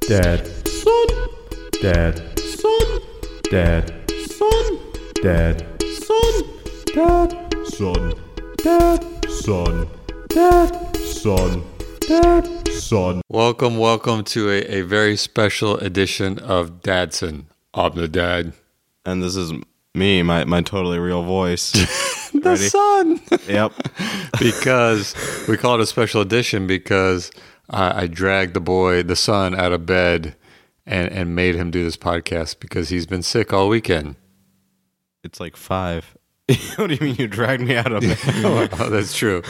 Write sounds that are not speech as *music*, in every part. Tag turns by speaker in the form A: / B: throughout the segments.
A: Dad. Son. Dad. Son. Dad. Son. Dad. Son. Dad. Son. Dad. Son. Dad. Son. Dad. Son.
B: Welcome, welcome to a, a very special edition of Dadson. I'm the dad.
C: and this is me, my, my totally real
A: *laughs*
C: voice.
B: The
C: Ready?
B: son.
C: yep.
B: *laughs* because we call it a special edition because I, I dragged the boy, the son, out of bed and, and made him do this podcast because he's been sick all weekend. *laughs*
C: It's like five. *laughs* what do you mean you dragged me out of
A: *laughs*
C: it?
B: oh, that's true.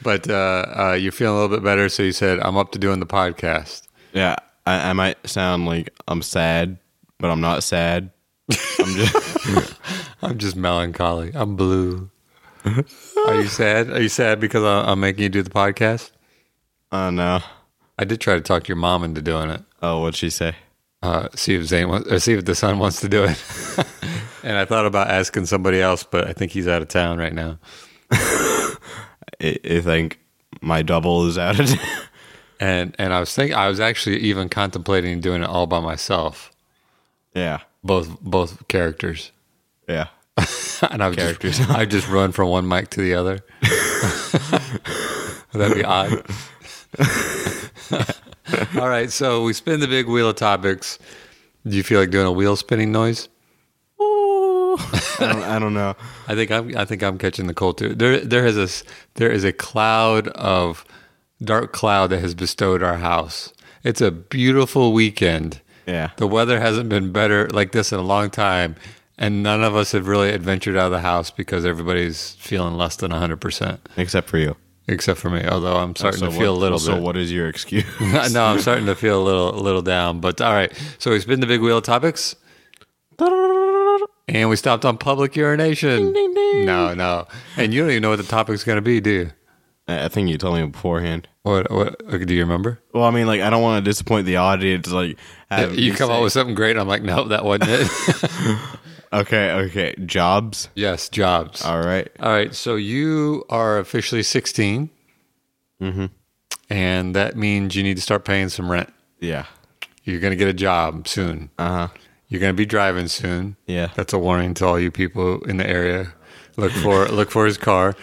B: But uh, uh, you're feeling a little bit better, so you said, I'm up to doing the podcast.
C: yeah, I, I might sound like I'm sad, but I'm not sad. I'm just
B: I'm just melancholy. I'm blue. Are you sad? Are you sad because I- I'm making you do the podcast?
C: oh no.
B: I did try to talk your mom into doing it.
C: Oh, what'd she say?
B: Uh, see if Zane wants, or see if the son wants to do it. *laughs* and I thought about asking somebody else, but I think he's out of town right now.
C: I, I think my double is out of
B: And and I was thinking, I was actually even contemplating doing it all by myself,
C: *laughs* Yeah.
B: both both characters. *laughs*
C: Yeah.
B: and *laughs* I've characters. Just, I just run from one mic to the other. Would that be odd? *laughs* All right, so we spin the big wheel of topics. Do you feel like doing a wheel spinning noise?
C: I don't, I don't know.
B: I think I'm. I think I'm catching the cold too. There, there is a s- there is a cloud of dark cloud that has bestowed our house. It's a beautiful weekend.
C: Yeah.
B: The weather hasn't been better like this in a long time, and none of us have really adventured out of the house because everybody's feeling less than 100%,
C: Except for you.
B: except for me, although I'm starting
C: So
B: to feel
C: what-
B: a little
C: So
B: bit.
C: what is your
B: *laughs*
C: excuse?
B: no, I'm starting to feel a little little down, but all right. So we spin the big wheel of topics. And we stopped on public urination. No, no. And you don't even know what the topic's going to be, do you?
C: I I think you told me beforehand.
B: What, what do you remember?
C: Well, I mean, like, I don't want to disappoint the audience. Like, have
B: You come
C: say-
B: up with something great. I'm like, no, that
C: *laughs*
B: wasn't it.
C: Okay, okay. Jobs.
B: yes, jobs.
C: All right.
B: All right, so you are officially 16. Mm-hmm. And that means you need to start paying some rent.
C: Yeah. *laughs*
B: You're going to get a job soon.
C: Uh huh.
B: You're going to be driving soon.
C: Yeah.
B: That's a warning to all you people in the area.
C: *laughs*
B: Look for look for his car.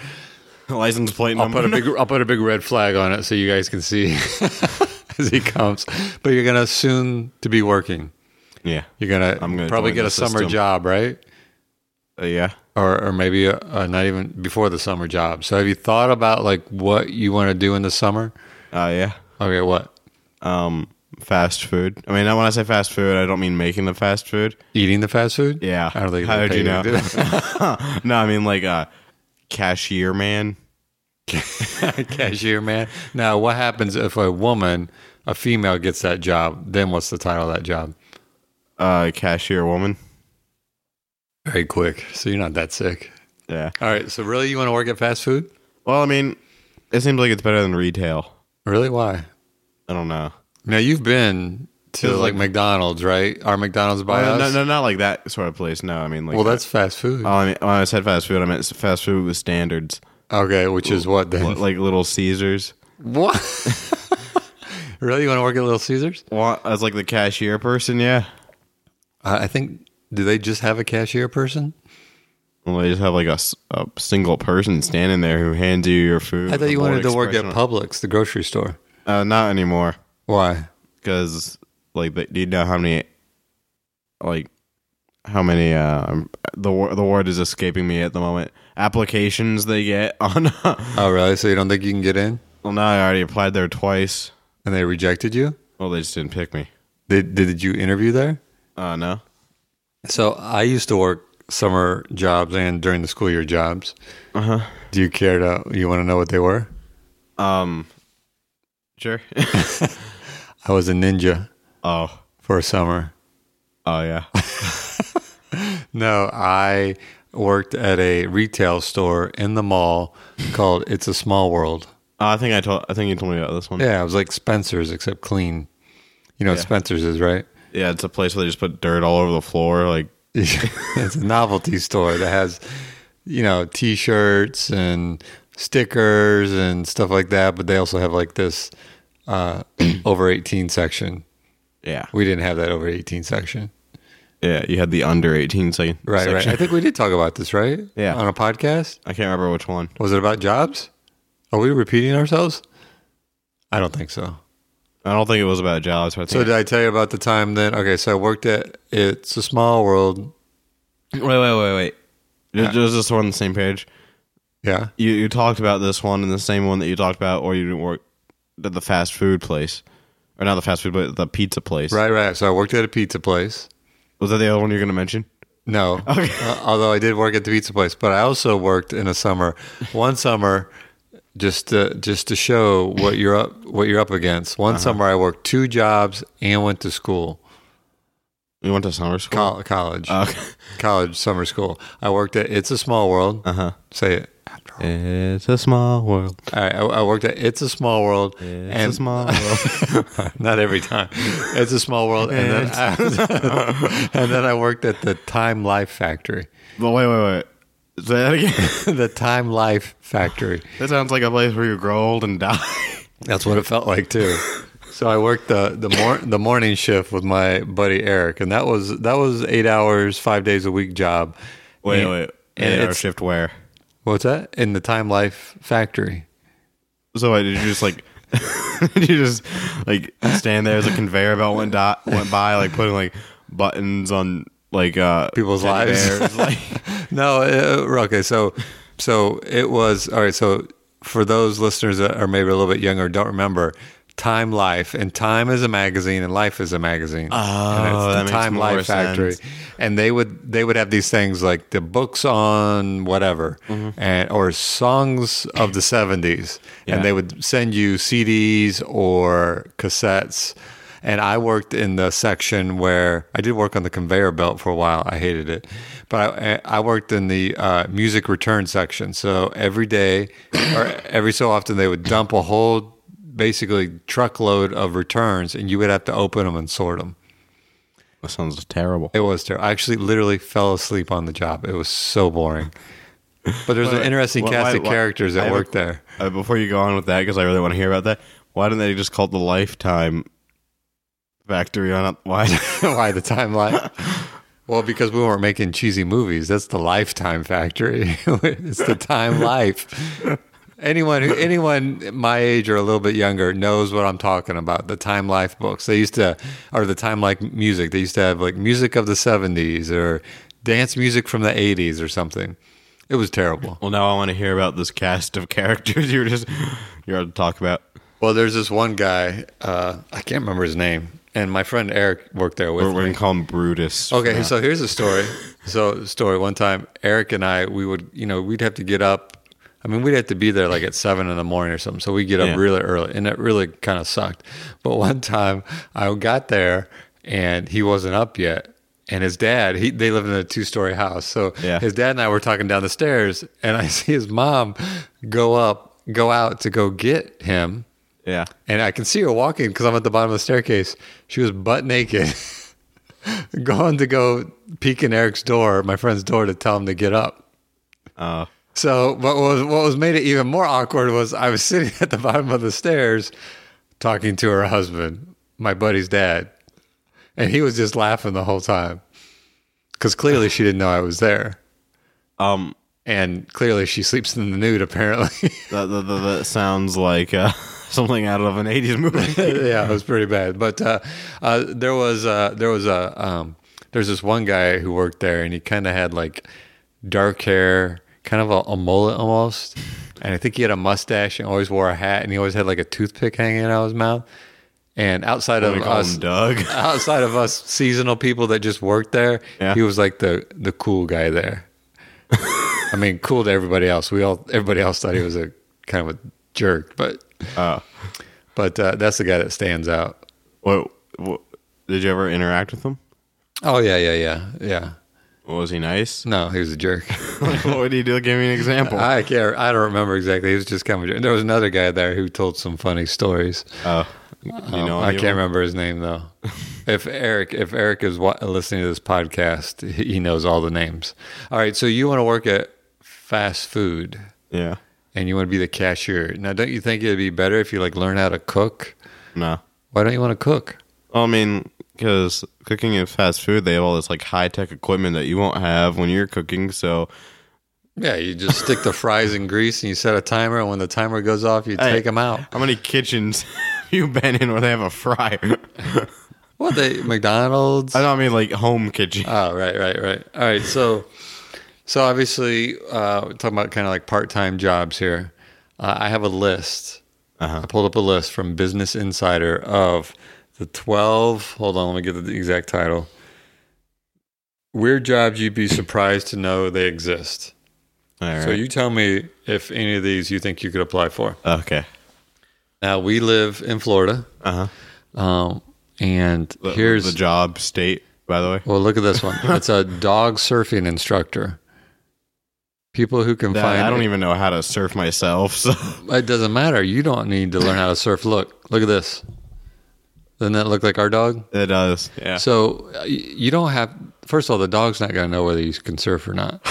C: License plate
B: I'll
C: number.
B: put a big I'll put a big red flag on it so you guys can see *laughs* as he comes. But you're going to soon to be working.
C: yeah.
B: You're going
C: I'm
B: to
C: gonna
B: probably
C: join
B: get
C: the
B: a summer
C: system.
B: job, right?
C: Uh, yeah.
B: or or maybe uh uh not even before the summer job. So have you thought about like what you want to do in the summer?
C: Uh, yeah.
B: Okay, what
C: Um, fast food. I mean, now when I say fast food, I don't mean making the fast food.
B: eating the fast food?
C: Yeah.
B: I don't think.
C: How
B: they
C: did
B: pay
C: you know?
B: to do that.
C: *laughs* no, I mean like uh, cashier man.
B: *laughs* Cashier man. Now, what happens if a woman, a female, gets that job? Then what's the title of that job?
C: Uh, cashier woman.
B: Very quick. So you're not that sick.
C: Yeah.
B: All right. So really, you want to work at fast food?
C: Well, I mean, it seems like it's better than retail.
B: Really? Why?
C: I don't know.
B: Now you've been to
C: Feels
B: like,
C: like-
B: McDonald's, right? Our McDonald's by
C: Uh,
B: us.
C: no, no, not like that sort of place. No, I mean like.
B: Well, that's fast food.
C: Oh, I mean, when I said fast food, I meant fast food with
B: *laughs*
C: standards,
B: okay, which is what then?
C: Li- like Little Caesars.
B: What? *laughs* really? You want to work at Little Caesars?
C: Well, as like the cashier person, yeah.
B: I I think. Do they just have a cashier person?
C: Well, they just have like a, s- a single person standing there who hands you your food.
B: I
C: with
B: thought
C: a
B: you
C: bold
B: wanted to work at
C: expression
B: Publix, the grocery store.
C: on- Uh, not anymore,
B: Why?
C: because like, the, do you know how many, like, how many? Uh, the wor- the word is escaping me at the moment. Applications they get *laughs* on. well,
B: Oh, really? So you don't think you can get in?
C: now I already applied there twice.
B: And they rejected you?
C: Well, they just didn't pick me.
B: Did Did you interview there?
C: Uh, no.
B: So I used to work summer jobs and during the school year jobs.
C: Uh huh.
B: Do you care to? You want to know what they were?
C: Um. Sure. *laughs*
B: I was a ninja
C: oh.
B: for a summer.
C: Oh yeah.
B: No, I worked at a retail store in the mall called It's a Small World.
C: Uh, I think I told. I think you told me about this one.
B: Yeah, it was like Spencer's except clean. You know what
C: Yeah.
B: Spencer's is, right? *laughs*
C: Yeah, it's a place where they just put dirt all over the floor. Like,
B: it's a novelty store that has, you know, t-shirts and stickers *clears throat* and stuff like that, but they also have like this uh over 18 section
C: Yeah.
B: We didn't have that over 18 section.
C: Yeah. You had the under 18 second.
B: Right, right.
C: section.
B: I think we did talk about this, right?
C: Yeah.
B: On a podcast?
C: I can't remember which one.
B: Was it about jobs? Are we repeating ourselves? I don't think so.
C: I don't think it was about jobs. But I
B: So
C: think
B: did I tell you about the time then? Okay, so I worked at It's a Small World.
C: wait, wait, wait, wait. Is- Is this one on the same page?
B: Yeah.
C: You you talked about this one and the same one that you talked about, or you didn't work at the fast food place, or not the fast food, but the pizza place.
B: Right, right. So I worked at a pizza place.
C: Was that the other one you're going to mention?
B: No.
C: *laughs*
B: Uh, although I did work at the pizza place, but I also worked in a summer, one summer, just to, just to show what you're up what you're up against. One
C: Uh-huh.
B: summer I worked two jobs and went to school,
C: We went to summer school. Oh,
B: col- college,
C: Okay.
B: college summer school. I worked at It's a Small World.
C: Uh huh.
B: Say it.
C: It's a small world.
B: All right, I, I worked at It's a Small World,
C: It's
B: and
C: a *laughs* small world.
B: *laughs* not every time. It's a small world, and then I, *laughs* and then I worked at the Time Life Factory.
C: but wait, wait, wait. Say that again. *laughs*
B: *laughs* the Time Life Factory.
C: that sounds like a place where you grow old and die.
B: That's what it felt like too. So I worked the the, mor- the morning shift with my buddy Eric, and that was that was eight hours, five days a week job.
C: *laughs* Wait,
B: And-
C: wait.
B: and
C: Eight hour
B: it's-
C: shift where?
B: What's that? In the Time Life Factory.
C: So wait, did you just like *laughs* did you just like stand there as a conveyor belt went dot went by, like putting like buttons on like uh
B: People's
C: teddy
B: lives.
C: bears, like
B: *laughs* no, uh, okay. So, so it was all right. So, for those listeners that are maybe a little bit younger, don't remember Time Life, and Time is a magazine, and Life is a magazine. Oh, and
C: that makes more sense.
B: and they would they would have these things like the books on whatever, and or songs of the seventies,
C: Yeah.
B: and they would send you CDs or cassettes. And I worked in the section where I did work on the conveyor belt for a while. I hated it, but I, I worked in the uh, music return section. So every day, or every so often, they would dump a whole basically truckload of returns, and you would have to open them and sort them.
C: That sounds terrible.
B: It was terrible. I actually literally fell asleep on the job. It was so boring. But there's an
C: Wait,
B: interesting
C: why-
B: cast of
C: why- I
B: characters that
C: have a-
B: worked there.
C: Uh, before you go on with that, because I really want to hear about that, why didn't they just call it the lifetime factory on why *laughs*
B: Why the timeline? *laughs* Well, because we weren't making cheesy movies. That's the Lifetime Factory. *laughs* it's the time life. Anyone who anyone my age or a little bit younger knows what I'm talking about. The Time Life books. They used to or the Time Life music. They used to have like music of the 70s or dance music from the 80s or something. It was terrible.
C: Well now I want to hear about this cast of *laughs* characters you were just you're to talk about.
B: Well, there's this one guy. Uh, I can't remember his name, and my friend Eric worked there with
C: We're, we're
B: me.
C: gonna call him Brutus.
B: Okay, so here's a story. So story. One time, Eric and I, we would, you know, we'd have to get up. I mean, we'd have to be there like at seven in the morning or something. So we get up
C: Yeah.
B: really early, and it really kind of sucked. But one time, I got there, and he wasn't up yet. And his dad, he they live in a two story house. So
C: Yeah.
B: his dad and I were talking down the stairs, and I *laughs* see his mom go up, go out to go get him.
C: Yeah.
B: And I can see her walking because I'm at the bottom of the staircase. She was butt naked, *laughs* going to go peek in Eric's door, my friend's door, to tell him to get up.
C: Uh
B: So, what was what was made it even more awkward was I was *laughs* sitting at the bottom of the stairs, talking to her husband, my buddy's dad, and he was just laughing the whole time because clearly she didn't know I was there,
C: um
B: and clearly she sleeps in the nude apparently. *laughs*
C: That, that, that, that sounds like uh, *laughs* something out of an '80s *laughs* movie.
B: *laughs* yeah, it was pretty bad. But uh, uh, there was uh, there was a um, there's this one guy who worked there, and he kind of had like dark hair, kind of a, a mullet almost, and I think he had a mustache and always wore a hat, and he always had like a toothpick hanging out of his mouth. And outside
C: we
B: of
C: call
B: us,
C: him Doug.
B: *laughs* outside of us seasonal people that just worked there,
C: Yeah.
B: he was like the the cool
C: *laughs*
B: guy there. I mean, cool to everybody else. We all everybody else thought he was a kind of a jerk, but
C: Uh,
B: but uh, that's the guy that stands out.
C: what, what? Did you ever interact with him?
B: Oh yeah, yeah, yeah, yeah.
C: Was he nice?
B: No, he was a jerk.
C: *laughs* what would he do? Give me an example.
B: I can't. I don't remember exactly. He was just kind of. a jerk. There was another guy there who told some funny stories.
C: Uh, you
B: Um,
C: know,
B: I
C: he-
B: can't remember his name
C: *laughs*
B: though. if Eric, if Eric is wa- listening to this podcast, he he knows all the names. All right, so you want to work at fast food
C: Yeah.
B: and you want to be the cashier. Now, don't you think it'd be better if you like learn how to cook?
C: No.
B: Why don't you want to cook?
C: I mean, because cooking in fast food, they have all this like high tech equipment that you won't have when you're cooking. So
B: Yeah, you just stick the fries in grease and you set a timer, and when the timer goes off, you
C: Hey.
B: take them out.
C: how many kitchens *laughs* have you been in where they have a fryer? *laughs*
B: What they McDonald's?
C: I don't mean like home kitchen.
B: Oh, right, right, right. All right, so so obviously uh, we're talking about kind of like part-time jobs here. Uh, I have a list. I pulled up a list from Business Insider of the twelve. Hold on, let me get the exact title. Weird jobs you'd be surprised to know they exist.
C: All right.
B: So you tell me if any of these you think you could apply for.
C: okay.
B: Now we live in Florida,
C: Uh huh.
B: um, and
C: The,
B: here's
C: the job state, by the way.
B: Well, look at
C: *laughs*
B: this one. It's a dog surfing instructor. People who can
C: That-
B: find
C: I don't even know how to surf myself. *laughs* So
B: it doesn't matter. You don't need to learn how to surf. Look, look at this. Doesn't that look like our dog?
C: it does. Yeah.
B: So uh, y- you don't have. First of all, the dog's not going to know whether you can surf or *laughs* not.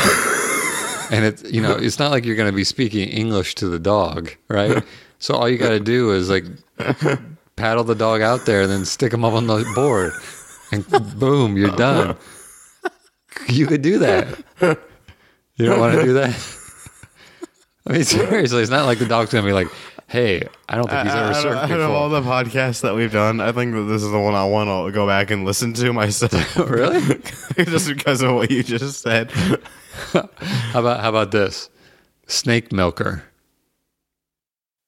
B: and it's you know it's not like you're going to be speaking English to the dog, right? So all you got to do is like paddle the dog out there and then stick him up on the board, and boom, you're done. You could do that. You don't want to do that. I mean, seriously, it's not like the dog's going to be like, "Hey, I don't think he's
C: out,
B: ever
C: of, out
B: surfed
C: of all
B: before."
C: the podcasts that we've done, I think that this is the one I want to go back and listen to myself.
B: *laughs* Oh, Really?
C: *laughs* just because of what you just said. *laughs*
B: How about how about this? Snake milker.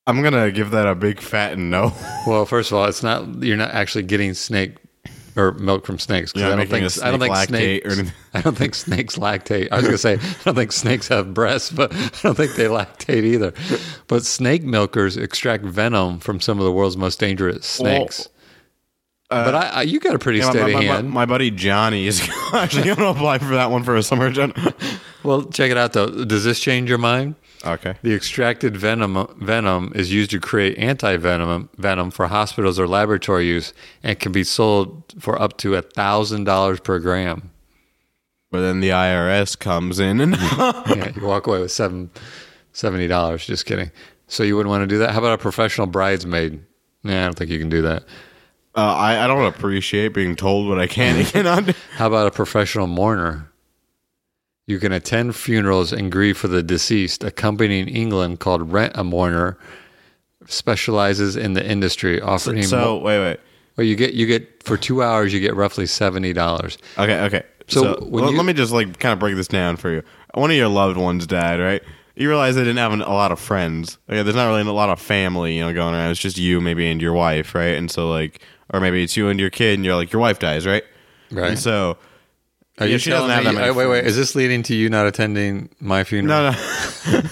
C: I'm gonna give that a big fat no.
B: Well, first of all, it's not you're not actually getting snake or milk from snakes. 'cause
C: You're
B: I
C: not
B: don't
C: making
B: think
C: a
B: I don't think
C: snake lactate
B: snakes.
C: or anything.
B: *laughs* I don't think snakes lactate. I was gonna say I don't think snakes have breasts, but *laughs* I don't think they lactate either. But snake milkers extract venom from some of the world's most dangerous snakes. but I, I, you got a pretty
C: Oh. Uh, Yeah, my,
B: *laughs* steady
C: my- my-
B: hand.
C: my buddy Johnny is *laughs* actually going to apply for that one for a summer job. *laughs*
B: well, check it out though. Does this change your mind?
C: Okay.
B: The extracted venom venom is used to create anti-venom venom for hospitals or laboratory use, and can be sold for up to a thousand dollars per gram.
C: But then the IRS comes in and *laughs* uh,
B: Yeah, you walk away with seven seventy dollars. Just kidding. So you wouldn't want to do that. How about a professional bridesmaid? Nah, I don't think you can do that.
C: uh, I, I don't appreciate being told what I can *laughs*
B: Mm.
C: and cannot do.
B: How about a professional mourner? You can attend funerals and grieve for the deceased. A company in England called Rent a Mourner specializes in the industry, offering
C: So, wait, wait.
B: Well, you get you get for two hours, you get roughly seventy dollars.
C: Okay, okay.
B: So
C: So,
B: when
C: let,
B: you-
C: let me just like kind of break this down for you. One of your loved ones died, right? You realize they didn't have an- a lot of friends. Okay, there's not really a lot of family, you know, going around. It's just you, maybe, and your wife, right? And so, like, or maybe it's you and your kid, and you're like, your wife dies, right?
B: Right?
C: And so,
B: Are
C: yeah,
B: you
C: she doesn't have
B: telling
C: that
B: me-
C: many
B: wait, wait. Is this leading to you not attending my funeral?
C: No, *laughs* no.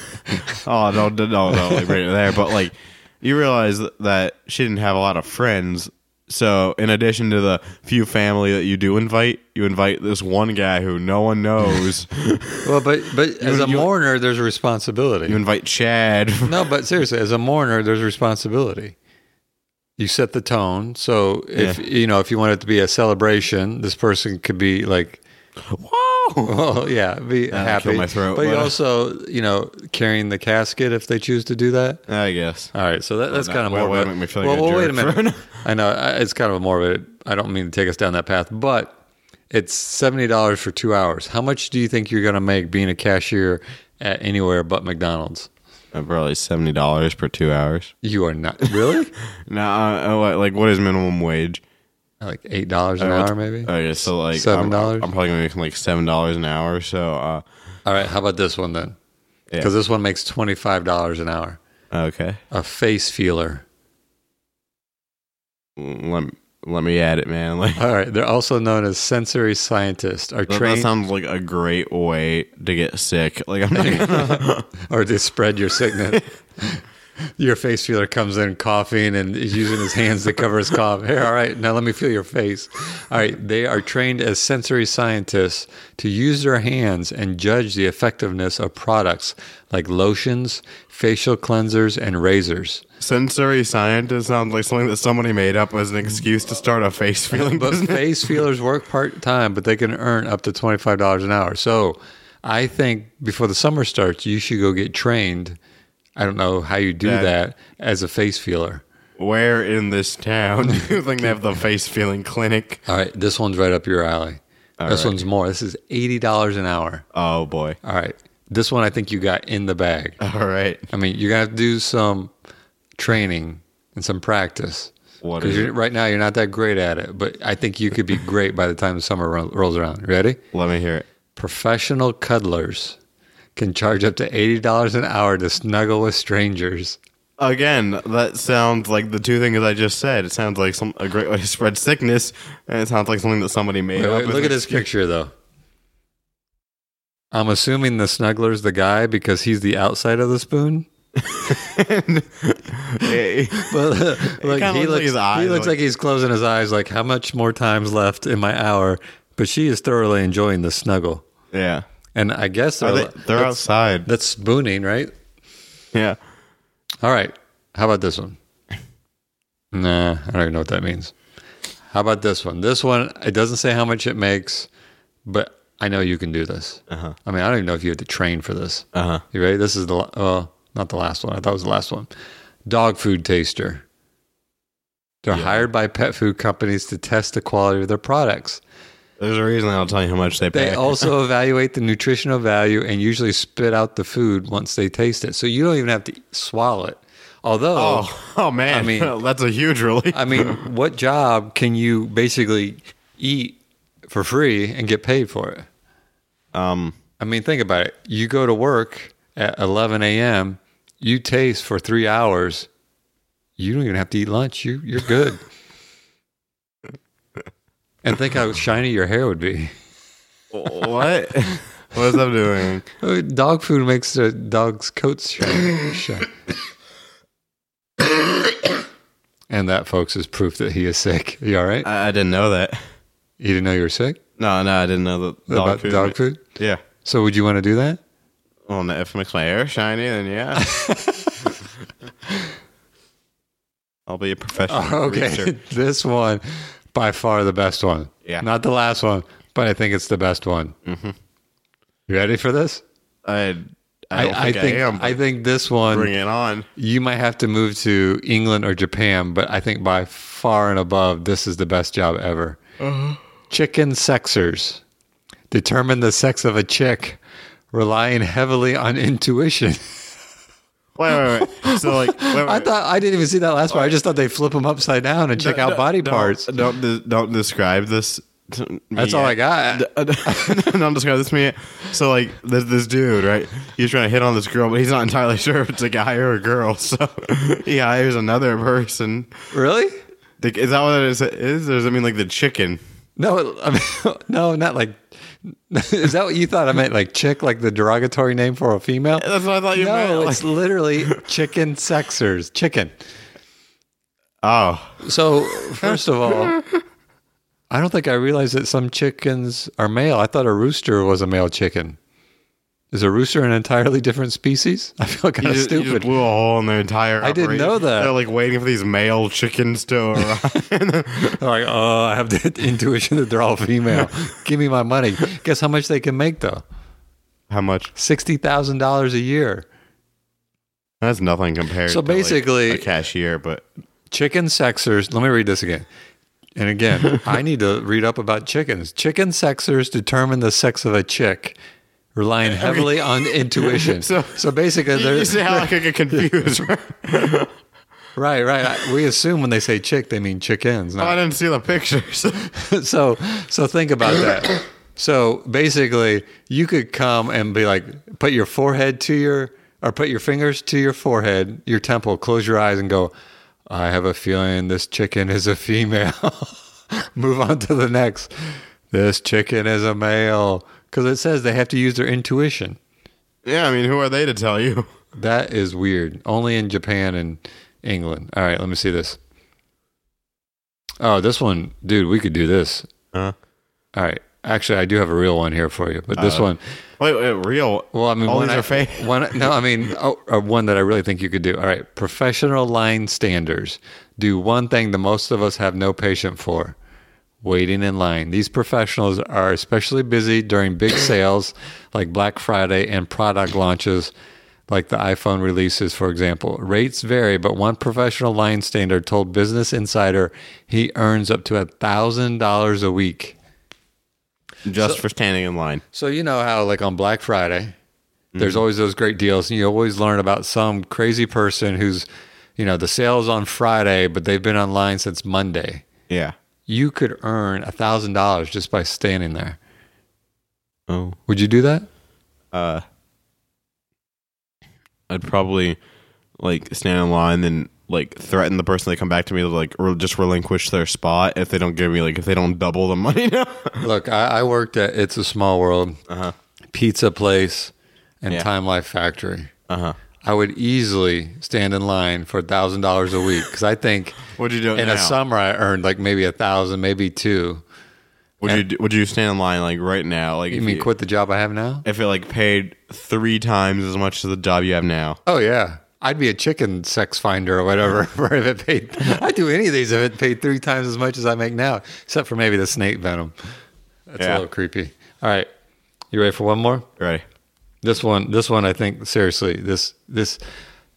C: oh, no, no, no, no, like right there. But like, you realize that she didn't have a lot of friends. So, in addition to the few family that you do invite, you invite this one guy who no one knows.
B: Well, but but as a
C: you-
B: mourner, there's a responsibility.
C: you invite Chad. *laughs*
B: no, but seriously, as a mourner, there's a responsibility. You set the tone. So if
C: Yeah.
B: you know if you want it to be a celebration, this person could be like, *laughs*
C: Whoa!
B: well, yeah, be happy.
C: killed my throat,
B: but you
C: but-
B: also, you know, carrying the casket if they choose to do that.
C: I guess.
B: All right, so that, that's
C: Oh, no,
B: kind of
C: why- why
B: morbid.
C: make me feel like a
B: wait a
C: jerk *laughs* for
B: minute.
C: an-
B: I know I- it's kind of a morbid. I don't mean to take us down that path, but it's seventy dollars for two hours. How much do you think you're going to make being a cashier at anywhere but McDonald's?
C: Uh, probably seventy dollars per two hours.
B: You are not
C: *laughs*
B: really
C: Now, uh, uh, like, what is minimum wage?
B: like eight dollars
C: Uh,
B: an hour, maybe.
C: Okay, so like I'm-
B: $7?
C: I'm, probably gonna make like seven dollars an hour. So, uh,
B: All right, how about this one then?
C: Yeah.
B: Because this one makes twenty five dollars an hour.
C: okay.
B: A face feeler.
C: Let let me at it, man. *laughs* Like,
B: All right, they're also known as sensory scientists. Are
C: That, that
B: trained
C: sounds like a great way to get sick. Like I'm not *laughs* gonna,
B: or to spread your sickness. your face feeler comes in coughing and is using his hands to cover his cough. Here, all right, now let me feel your face. All right, they are trained as sensory scientists to use their hands and judge the effectiveness of products like lotions, facial cleansers, and razors.
C: sensory scientist sounds like something that somebody made up as an excuse to start a *laughs* face feeling
B: But
C: business.
B: face feelers work part time, but they can earn up to $25 an hour. So I think before the summer starts, you should go get trained. I don't know how you do
C: Yeah.
B: that as a face feeler.
C: Where in this town do you think they have the face feeling clinic?
B: All right, this one's right up your alley. this
C: right.
B: one's more. This is eighty dollars an hour.
C: Oh boy.
B: All right, this one I think you got in the bag.
C: All right.
B: I mean, you're gonna have to do some training and some practice.
C: What
B: Because
C: is
B: you're- right now you're not that great at it, but I think you could be great by the time the summer ro- rolls around. Ready?
C: Let me hear it.
B: Professional cuddlers can charge up to eighty dollars an hour to snuggle with strangers.
C: Again, that sounds like the two things I just said. It sounds like some a great way to spread sickness, and it sounds like something that somebody made
B: Wait,
C: up.
B: wait,
C: as
B: look
C: an
B: at this
C: excuse.
B: picture though. I'm assuming the snuggler's the guy because he's the outside of the spoon.
C: *laughs* Hey.
B: *laughs* But uh, like
C: kinda
B: he
C: looks like
B: looks,
C: his eyes,
B: he looks
C: like-
B: like he's closing his eyes. Like how much more time's left in my hour? But she is thoroughly enjoying the snuggle,
C: yeah,
B: and I guess
C: Are
B: they're,
C: they, they're
B: that's,
C: outside.
B: that's spooning, right?
C: Yeah,
B: All right. How about
C: *laughs*
B: this one? Nah, I don't even know what that means. How about this one? This one, it doesn't say how much it makes, but I know you can do this. Uh-huh. I mean, I don't even know if you have to train for this.
C: Uh-huh.
B: You ready? This is the, la- well, not the last one. I thought it was the last one. Dog food taster. They're hired by pet food companies to test the quality of their products.
C: there's a reason I'll tell you how much they pay.
B: They also evaluate the nutritional value and usually spit out the food once they taste it. So you don't even have to swallow it. Although,
C: *laughs* oh, oh man,
B: I
C: *laughs*
B: mean-
C: that's a huge relief.
B: I mean, what job can you basically eat for free and get paid for it?
C: Um,
B: I mean, think about it. You go to work at 11 a.m., you taste for three hours. You don't even have to eat lunch. You, you're good. and think how shiny your hair would be.
C: what? *laughs* what is that doing?
B: Oh, Dog food makes the dog's coats shine. shine. and that, folks, is proof that he is sick. You all right?
C: I, I didn't know that.
B: You didn't know you were sick?
C: No, no, I didn't know that.
B: About dog food?
C: Yeah.
B: So would you want to do that?
C: Well, no, if it makes my hair shiny, then yeah. *laughs* I'll be a professional. greaser.
B: *laughs* this one, by far the best one.
C: Yeah.
B: Not the last one, but I think it's the best one. Mm-hmm. You ready for this?
C: I, I, don't think I,
B: think
C: am.
B: I think this one
C: Bring it on.
B: you might have to move to England or Japan, but I think by far and above this is the best job ever.
C: Uh-huh.
B: Chicken sexers determine the sex of a chick, relying heavily on intuition.
C: Wait, wait, wait. So *laughs* like, wait, wait.
B: I thought I didn't even see that last part. I just thought they flip them upside down and check out body
C: Don't-
B: parts.
C: Don't de- don't describe this. To me
B: That's all I
C: yet.
B: got.
C: *laughs* don't describe this to me. Yet. So like, this this dude, right? He's trying to hit on this girl, but he's not entirely *laughs* sure if it's a guy or a girl. So *laughs* he hires another person.
B: Really?
C: Like, Is that what it is? Is or does it mean like the chicken?
B: No, I mean, *laughs* no, not like. Is that what you thought I meant? Like chick, like the derogatory name for a female?
C: That's what I thought you meant.
B: No,
C: like-
B: it's literally chicken sexers. Chicken.
C: oh,
B: So first of all, I don't think I realized that some chickens are male. I thought a rooster was a male chicken. Is a rooster an entirely different species? *laughs* I feel kind
C: you
B: of
C: just, you just
B: stupid.
C: blew a hole in their entire.
B: I didn't know that.
C: They're like waiting for these male chickens to
B: *laughs*
C: arrive.
B: Like, oh, I have the *laughs* intuition that they're
C: *laughs*
B: all female. Give me my money. Guess how much they can make though?
C: How much?
B: Sixty thousand dollars a year.
C: That's nothing compared.
B: So
C: to, like,
B: basically-
C: a cashier,
B: *laughs*
C: but
B: Chicken sexers. Let me read this again. And again, I need to read up about chickens. Chicken sexers determine the sex of a chick, relying heavily on intuition. So,
C: So- *laughs*
B: basically,
C: you
B: there's
C: see how I could
B: *laughs*
C: get confused. right?
B: right, right. I- We assume when they say chick, they mean chickens.
C: I
B: Not,
C: didn't see the pictures. *laughs*
B: *laughs* so, so think about that. So basically, you could come and be like, put your forehead to your, or put your fingers to your forehead, your temple, close your eyes, and go. I have a feeling this chicken is a female. *laughs* move on to the next. This chicken is a male because it says they have to use their intuition.
C: yeah, I mean, who are they to tell you?
B: That is weird. Only in Japan and England. All right, let me see this. Oh, this one, dude, we could do this.
C: Huh?
B: All right. Actually, I do have a real one here for you, but this one,
C: Wait, wait, real?
B: well, I mean,
C: Uh, all
B: one
C: these
B: I-
C: are fake.
B: *laughs* One, no, I mean, oh, uh, one that I really think you could do. All right, professional line standers do one thing the most of us have no patience for: waiting in line. These professionals
C: *coughs*
B: are especially busy during big sales like Black Friday and product launches. like the iPhone releases, for example. Rates vary, but one professional line standard told Business Insider he earns up to $1,000 a week.
C: just for standing in line.
B: So you know how like on Black Friday, there's always those great deals, and you always learn about some crazy person who's, you know, the sales on Friday, but they've been online since Monday.
C: Yeah.
B: You could earn a thousand dollars just by standing there.
C: Oh.
B: Would you do that?
C: Uh, I'd probably like stand in line and like threaten the person they come back to me to like re- just relinquish their spot if they don't give me like if they don't double the *laughs* money now.
B: Look, I, I worked at It's a Small World,
C: Uh-huh.
B: Pizza Place, and
C: Yeah.
B: Time Life Factory.
C: uh huh.
B: I would easily stand in line for a thousand dollars a week because I *laughs* think
C: What'd you do
B: in
C: now?
B: a summer I earned like maybe a thousand, maybe two.
C: Would you do- would you stand in line like right now? Like
B: You
C: if
B: mean quit the job I have now?
C: if it like paid three times as much as the job you have now?
B: Oh yeah. I'd be a chicken sex finder or whatever *laughs* for if it paid. I'd do any of these if it paid three times as much as I make now, except for maybe the snake venom. That's
C: Yeah.
B: a little creepy. All right, you ready for one more?
C: Right.
B: This one, this one, I think seriously, this this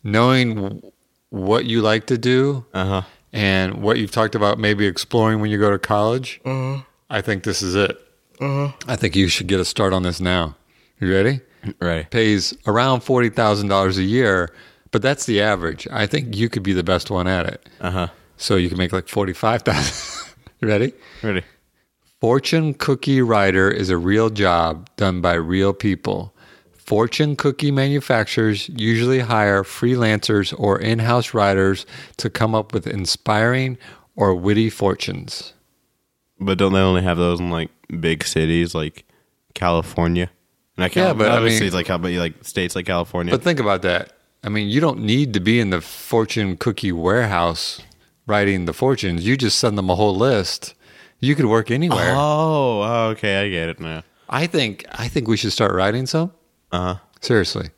B: knowing w- what you like to do
C: Uh huh.
B: and what you've talked about, maybe exploring when you go to college. I think this is it. I think you should get a start on this now. You ready?
C: Right.
B: pays around forty thousand dollars a year, but that's the average. I think you could be the best one at it.
C: Uh huh.
B: So you can make like forty five thousand. *laughs* Ready?
C: Ready.
B: Fortune cookie writer is a real job done by real people. Fortune cookie manufacturers usually hire freelancers or in house writers to come up with inspiring or witty fortunes.
C: But don't they only have those in like big cities like California? And I can't,
B: Yeah, but I
C: obviously
B: mean-
C: it's like how many like states like California.
B: But think about that. I mean, you don't need to be in the fortune cookie warehouse writing the fortunes. You just send them a whole list. You could work anywhere.
C: oh, oh, okay, I get it now.
B: I think I think we should start writing some.
C: Uh huh.
B: Seriously.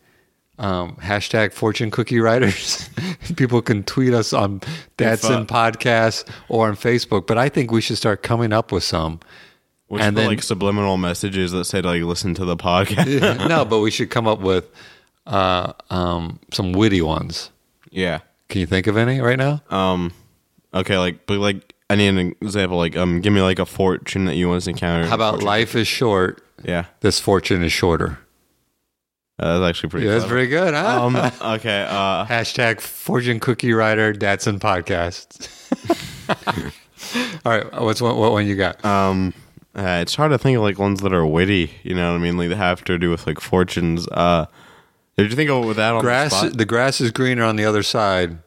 B: Um, hashtag fortune cookie writers. *laughs* People can tweet us on That's
C: uh,
B: in Podcast or on Facebook, but I think we should start coming up with some.
C: Which
B: And
C: and
B: then-
C: like subliminal messages that say to, like listen to the
B: *laughs*
C: podcast.
B: no, but we should come up with uh, um, some witty ones.
C: yeah.
B: Can you think of any right now?
C: Um. Okay. Like, but like, I need an example. Like, um, give me like a fortune that you once encountered.
B: How about life is short?
C: Yeah,
B: This fortune is shorter.
C: uh, that's actually pretty.
B: Yeah, that's
C: clever.
B: pretty good, huh?
C: um. Okay. Uh.
B: *laughs* Hashtag fortune cookie writer Datsun podcast. *laughs* All right, what's one, what one you got?
C: Um, uh, it's hard to think of like ones that are witty. You know what I mean? Like that have to do with like fortunes. Uh, did you think of that on
B: grass.
C: The
B: The,
C: spot?
B: grass is greener on the other side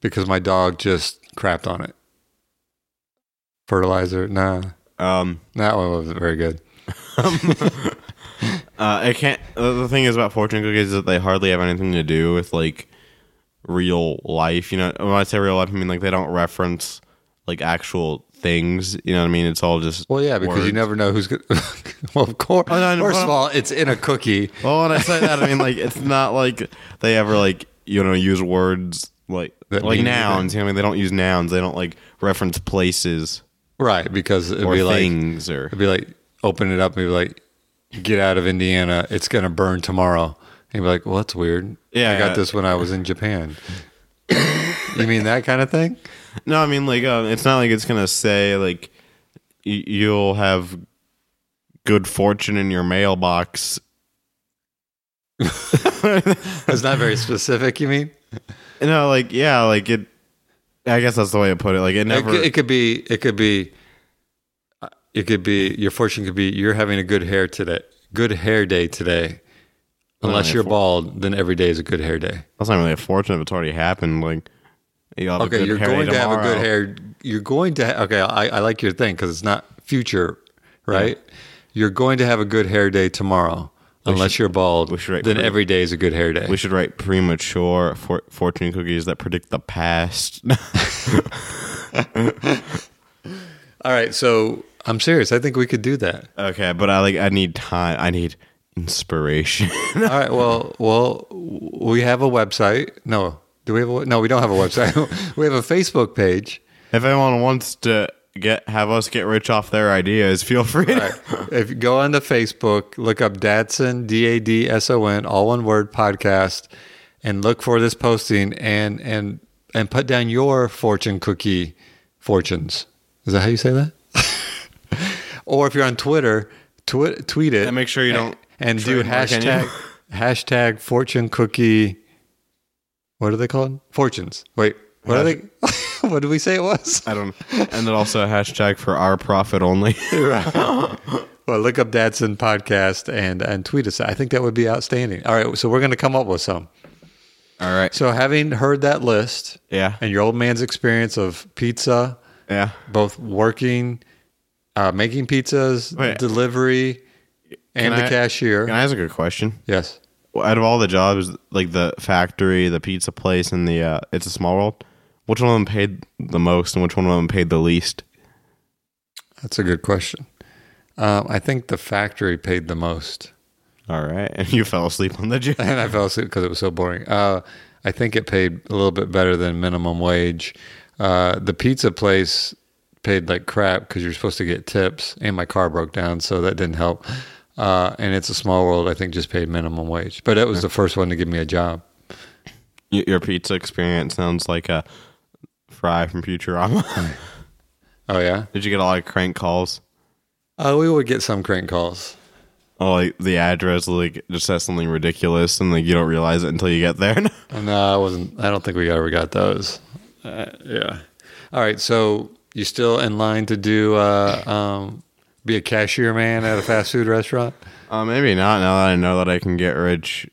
B: because my dog just crapped on it. Fertilizer? Nah,
C: Um,
B: that one wasn't very good.
C: uh, I can't. The the thing is about fortune cookies is that they hardly have anything to do with like real life. You know, when I say real life, I mean like they don't reference like actual things. You know what I mean? It's all just
B: Well, yeah, because you
C: words.
B: never know who's going. *laughs* well, of course.
C: Oh, no, no,
B: First
C: well-
B: of all, it's in a cookie.
C: Well, when I say that, I mean like it's not like they ever like you know use words like
B: That
C: like
B: mean
C: nouns. You know what I mean? They don't use nouns. They don't like reference places
B: Right, because it'd
C: or
B: be like
C: things or
B: It'd be like, open it up and be like, get out of Indiana. It's going to burn tomorrow. And you'd be like, well, that's weird.
C: Yeah,
B: I got
C: yeah.
B: this when I was in Japan. you mean that kind of thing?
C: no. I mean like um, it's not like it's gonna say like y- you'll have good fortune in your mailbox. *laughs*
B: It's not very specific, you mean?
C: No, like yeah, like it. I guess that's the way I put it. Like it
B: It
C: never.
B: could, it could be, it could be, uh, it could be, your fortune could be, you're having a good hair today, good hair day today. Unless
C: yeah,
B: you're
C: for-
B: bald, then every day is a good hair day.
C: that's not really a fortune if it's already happened. Like you'll have a
B: Okay,
C: good
B: you're
C: hair day
B: going to have a
C: tomorrow.
B: good hair. You're going to ha- okay. I, I like your thing because it's not future, right? You're going to have a good hair day tomorrow, unless you're bald.
C: we should write
B: then
C: pre-
B: every day is a good hair day.
C: We should write premature for- fortune cookies that predict the past. *laughs*
B: All right, so I'm serious. I think we could
C: *laughs*
B: do that.
C: okay, but I like I need time. I need inspiration. *laughs*
B: All right. Well, well, we have a website. *laughs* No, do we have a? No, we don't have a website. we have a Facebook page.
C: if anyone wants to get have us get rich off their ideas, feel free. to-
B: *laughs* if you go on to Facebook, look up Dadson D A D S O N, all one word podcast, and look for this posting and and and put down your fortune cookie fortunes. Is that how you say that? *laughs* or if you're on Twitter, twi- tweet it
C: And make sure you don't
B: and, do
C: trademark any- *laughs*
B: hashtag hashtag fortune cookie. What are they called? Fortunes. Wait, what are they? *laughs* what did we say it was?
C: I don't. And then also a hashtag for our profit only.
B: Well, look up Dadson podcast and and tweet us. I think that would be outstanding. All right, so we're going to come up with some.
C: *laughs* All right.
B: So, having heard that list,
C: Yeah.
B: and your old man's experience of pizza,
C: Yeah.
B: both working, uh, making pizzas,
C: Wait.
B: delivery, and
C: Can
B: the
C: I-
B: cashier.
C: Can I ask a good question?
B: yes.
C: Well, Out of all the jobs, like the factory, the pizza place, and the uh, it's a small world, which one of them paid the most, and which one of them paid the least?
B: That's a good question. Um, I think the factory paid the most,
C: All right, *laughs* and you fell asleep on the *laughs* job.
B: and I fell asleep because it was so boring. Uh, I think it paid a little bit better than minimum wage. Uh, the pizza place paid like crap because you're supposed to get tips, and my car broke down, so that didn't help. Uh, and it's a small world. I think just paid minimum wage, but it was the first one to give me a job.
C: Y- Your pizza experience sounds like a fry from Futurama.
B: Oh yeah,
C: *laughs* Did you get a lot of crank calls?
B: uh, we would get some crank calls.
C: Oh, like the address like just says something ridiculous, and like you don't realize it until you get there. *laughs*
B: No, uh, I wasn't. I don't think we ever got those. Uh, yeah. All right. So you still in line to do uh, um, be a cashier man at a fast food restaurant?
C: Uh, maybe not. Now that I know that I can get rich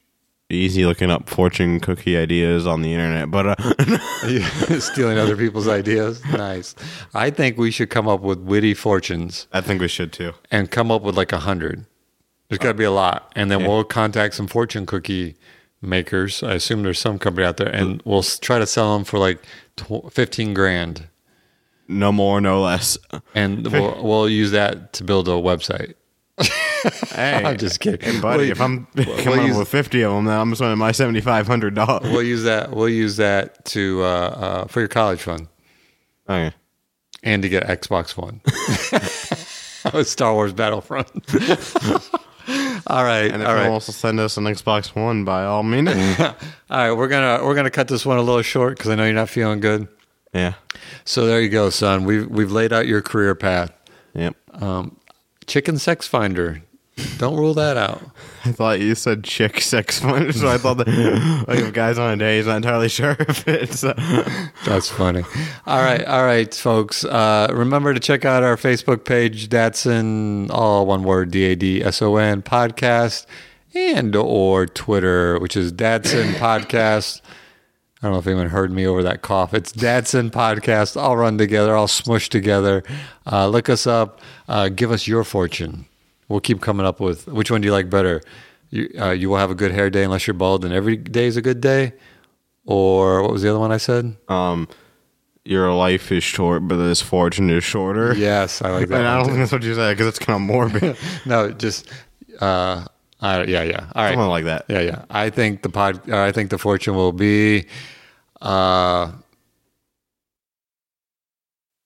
C: easy looking up fortune cookie ideas on the internet, but uh, *laughs*
B: *laughs* Stealing other people's ideas. Nice. I think we should come up with witty fortunes
C: I think we should too.
B: and come up with like a hundred. There's got to be a lot, and then we'll contact some fortune cookie makers. I assume there's some company out there, and we'll s- try to sell them for like tw- fifteen grand,
C: No more, no less.
B: and
C: *laughs*
B: we'll we'll use that to build a website.
C: *laughs* Hey,
B: *laughs* I'm just kidding.
C: hey, Oh, buddy.
B: Wait,
C: if I'm *laughs*
B: what
C: coming
B: you-
C: up with fifty of them, then I'm spending my seventy five hundred dollars.
B: We'll use that. We'll use that to uh, uh, for your college fund
C: *laughs* Okay.
B: and to get Xbox One. *laughs* Star Wars Battlefront. *laughs* all right,
C: And if
B: all
C: you
B: right,
C: also send us an Xbox One, by all means.
B: all right. We're gonna we're gonna cut this one a little short because I know you're not feeling good.
C: *laughs* *laughs* yeah.
B: So there you go, son. We've we've laid out your career path.
C: Yep.
B: Chicken sex finder. Don't rule that out.
C: I thought you said chick sex *laughs* fun, so I thought that *laughs* like if guys on a date, he's not entirely sure *laughs* if it's. Uh,
B: That's funny. All right, all right, folks. Uh, remember to check out our Facebook page. That's in all one word: D A D S O N podcast, and or Twitter, which is Datsun podcast. I don't know if anyone heard me over that cough. It's Datsun podcast. All run together, all smushed together. Uh, look us up. Uh, give us your fortune. We'll keep coming up with which one do you like better. You, uh, you will have a good hair day unless you're bald, and every day is a good day. Or what was the other one I said?
C: Um, your life is short, but this fortune is *laughs* shorter.
B: Yes, I like
C: And I
B: that.
C: don't
B: one
C: think that's what you said because it's kind of
B: *laughs*
C: morbid.
B: too.
C: *laughs*
B: No, just uh, I, yeah, yeah. All right,
C: Something like that.
B: yeah, yeah. I think the pod. Uh, I think the fortune will be, uh,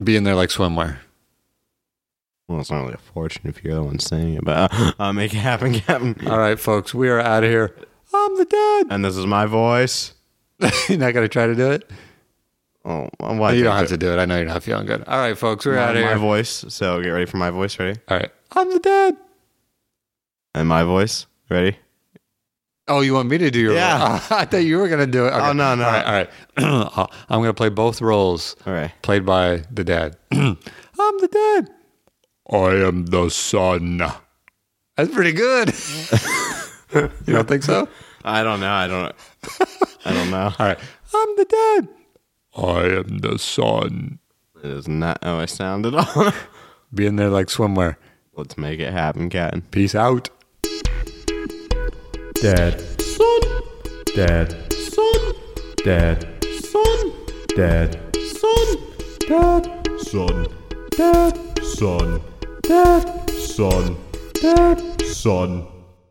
B: be in there like swimwear.
C: Well, it's not really a fortune if you're the one saying it, but uh, *laughs* uh, make it happen, Captain.
B: All right, folks, we are out of here. I'm the dad. *laughs*
C: And this is my voice.
B: you're not gonna try to do it.
C: Oh, why
B: you don't have to do it. I know you're not feeling good. All right, folks, we're
C: My,
B: out of
C: my
B: here.
C: voice. So get ready for my voice. Ready?
B: All right, I'm the dad.
C: And my voice. Ready?
B: Oh, you want me to do your
C: Yeah.
B: role? *laughs* I thought you were gonna do it. Okay.
C: Oh, no, no.
B: All right, all right. *clears throat* I'm gonna play both roles.
C: All right.
B: played by the *clears throat* dad. I'm the dad. I am the son. That's pretty *laughs* good. you don't think so?
C: I don't know. I don't.
B: *laughs*
C: I don't know.
B: All right. I'm the dad. I am the son.
C: It is not how I sound at all. *laughs*
B: Be in there like swimwear.
C: Let's make it happen, Captain.
B: Peace out.
A: Dad, son, dad, son, dad, son, dad, son, dad, son, dad, son, dad, son, dad, son.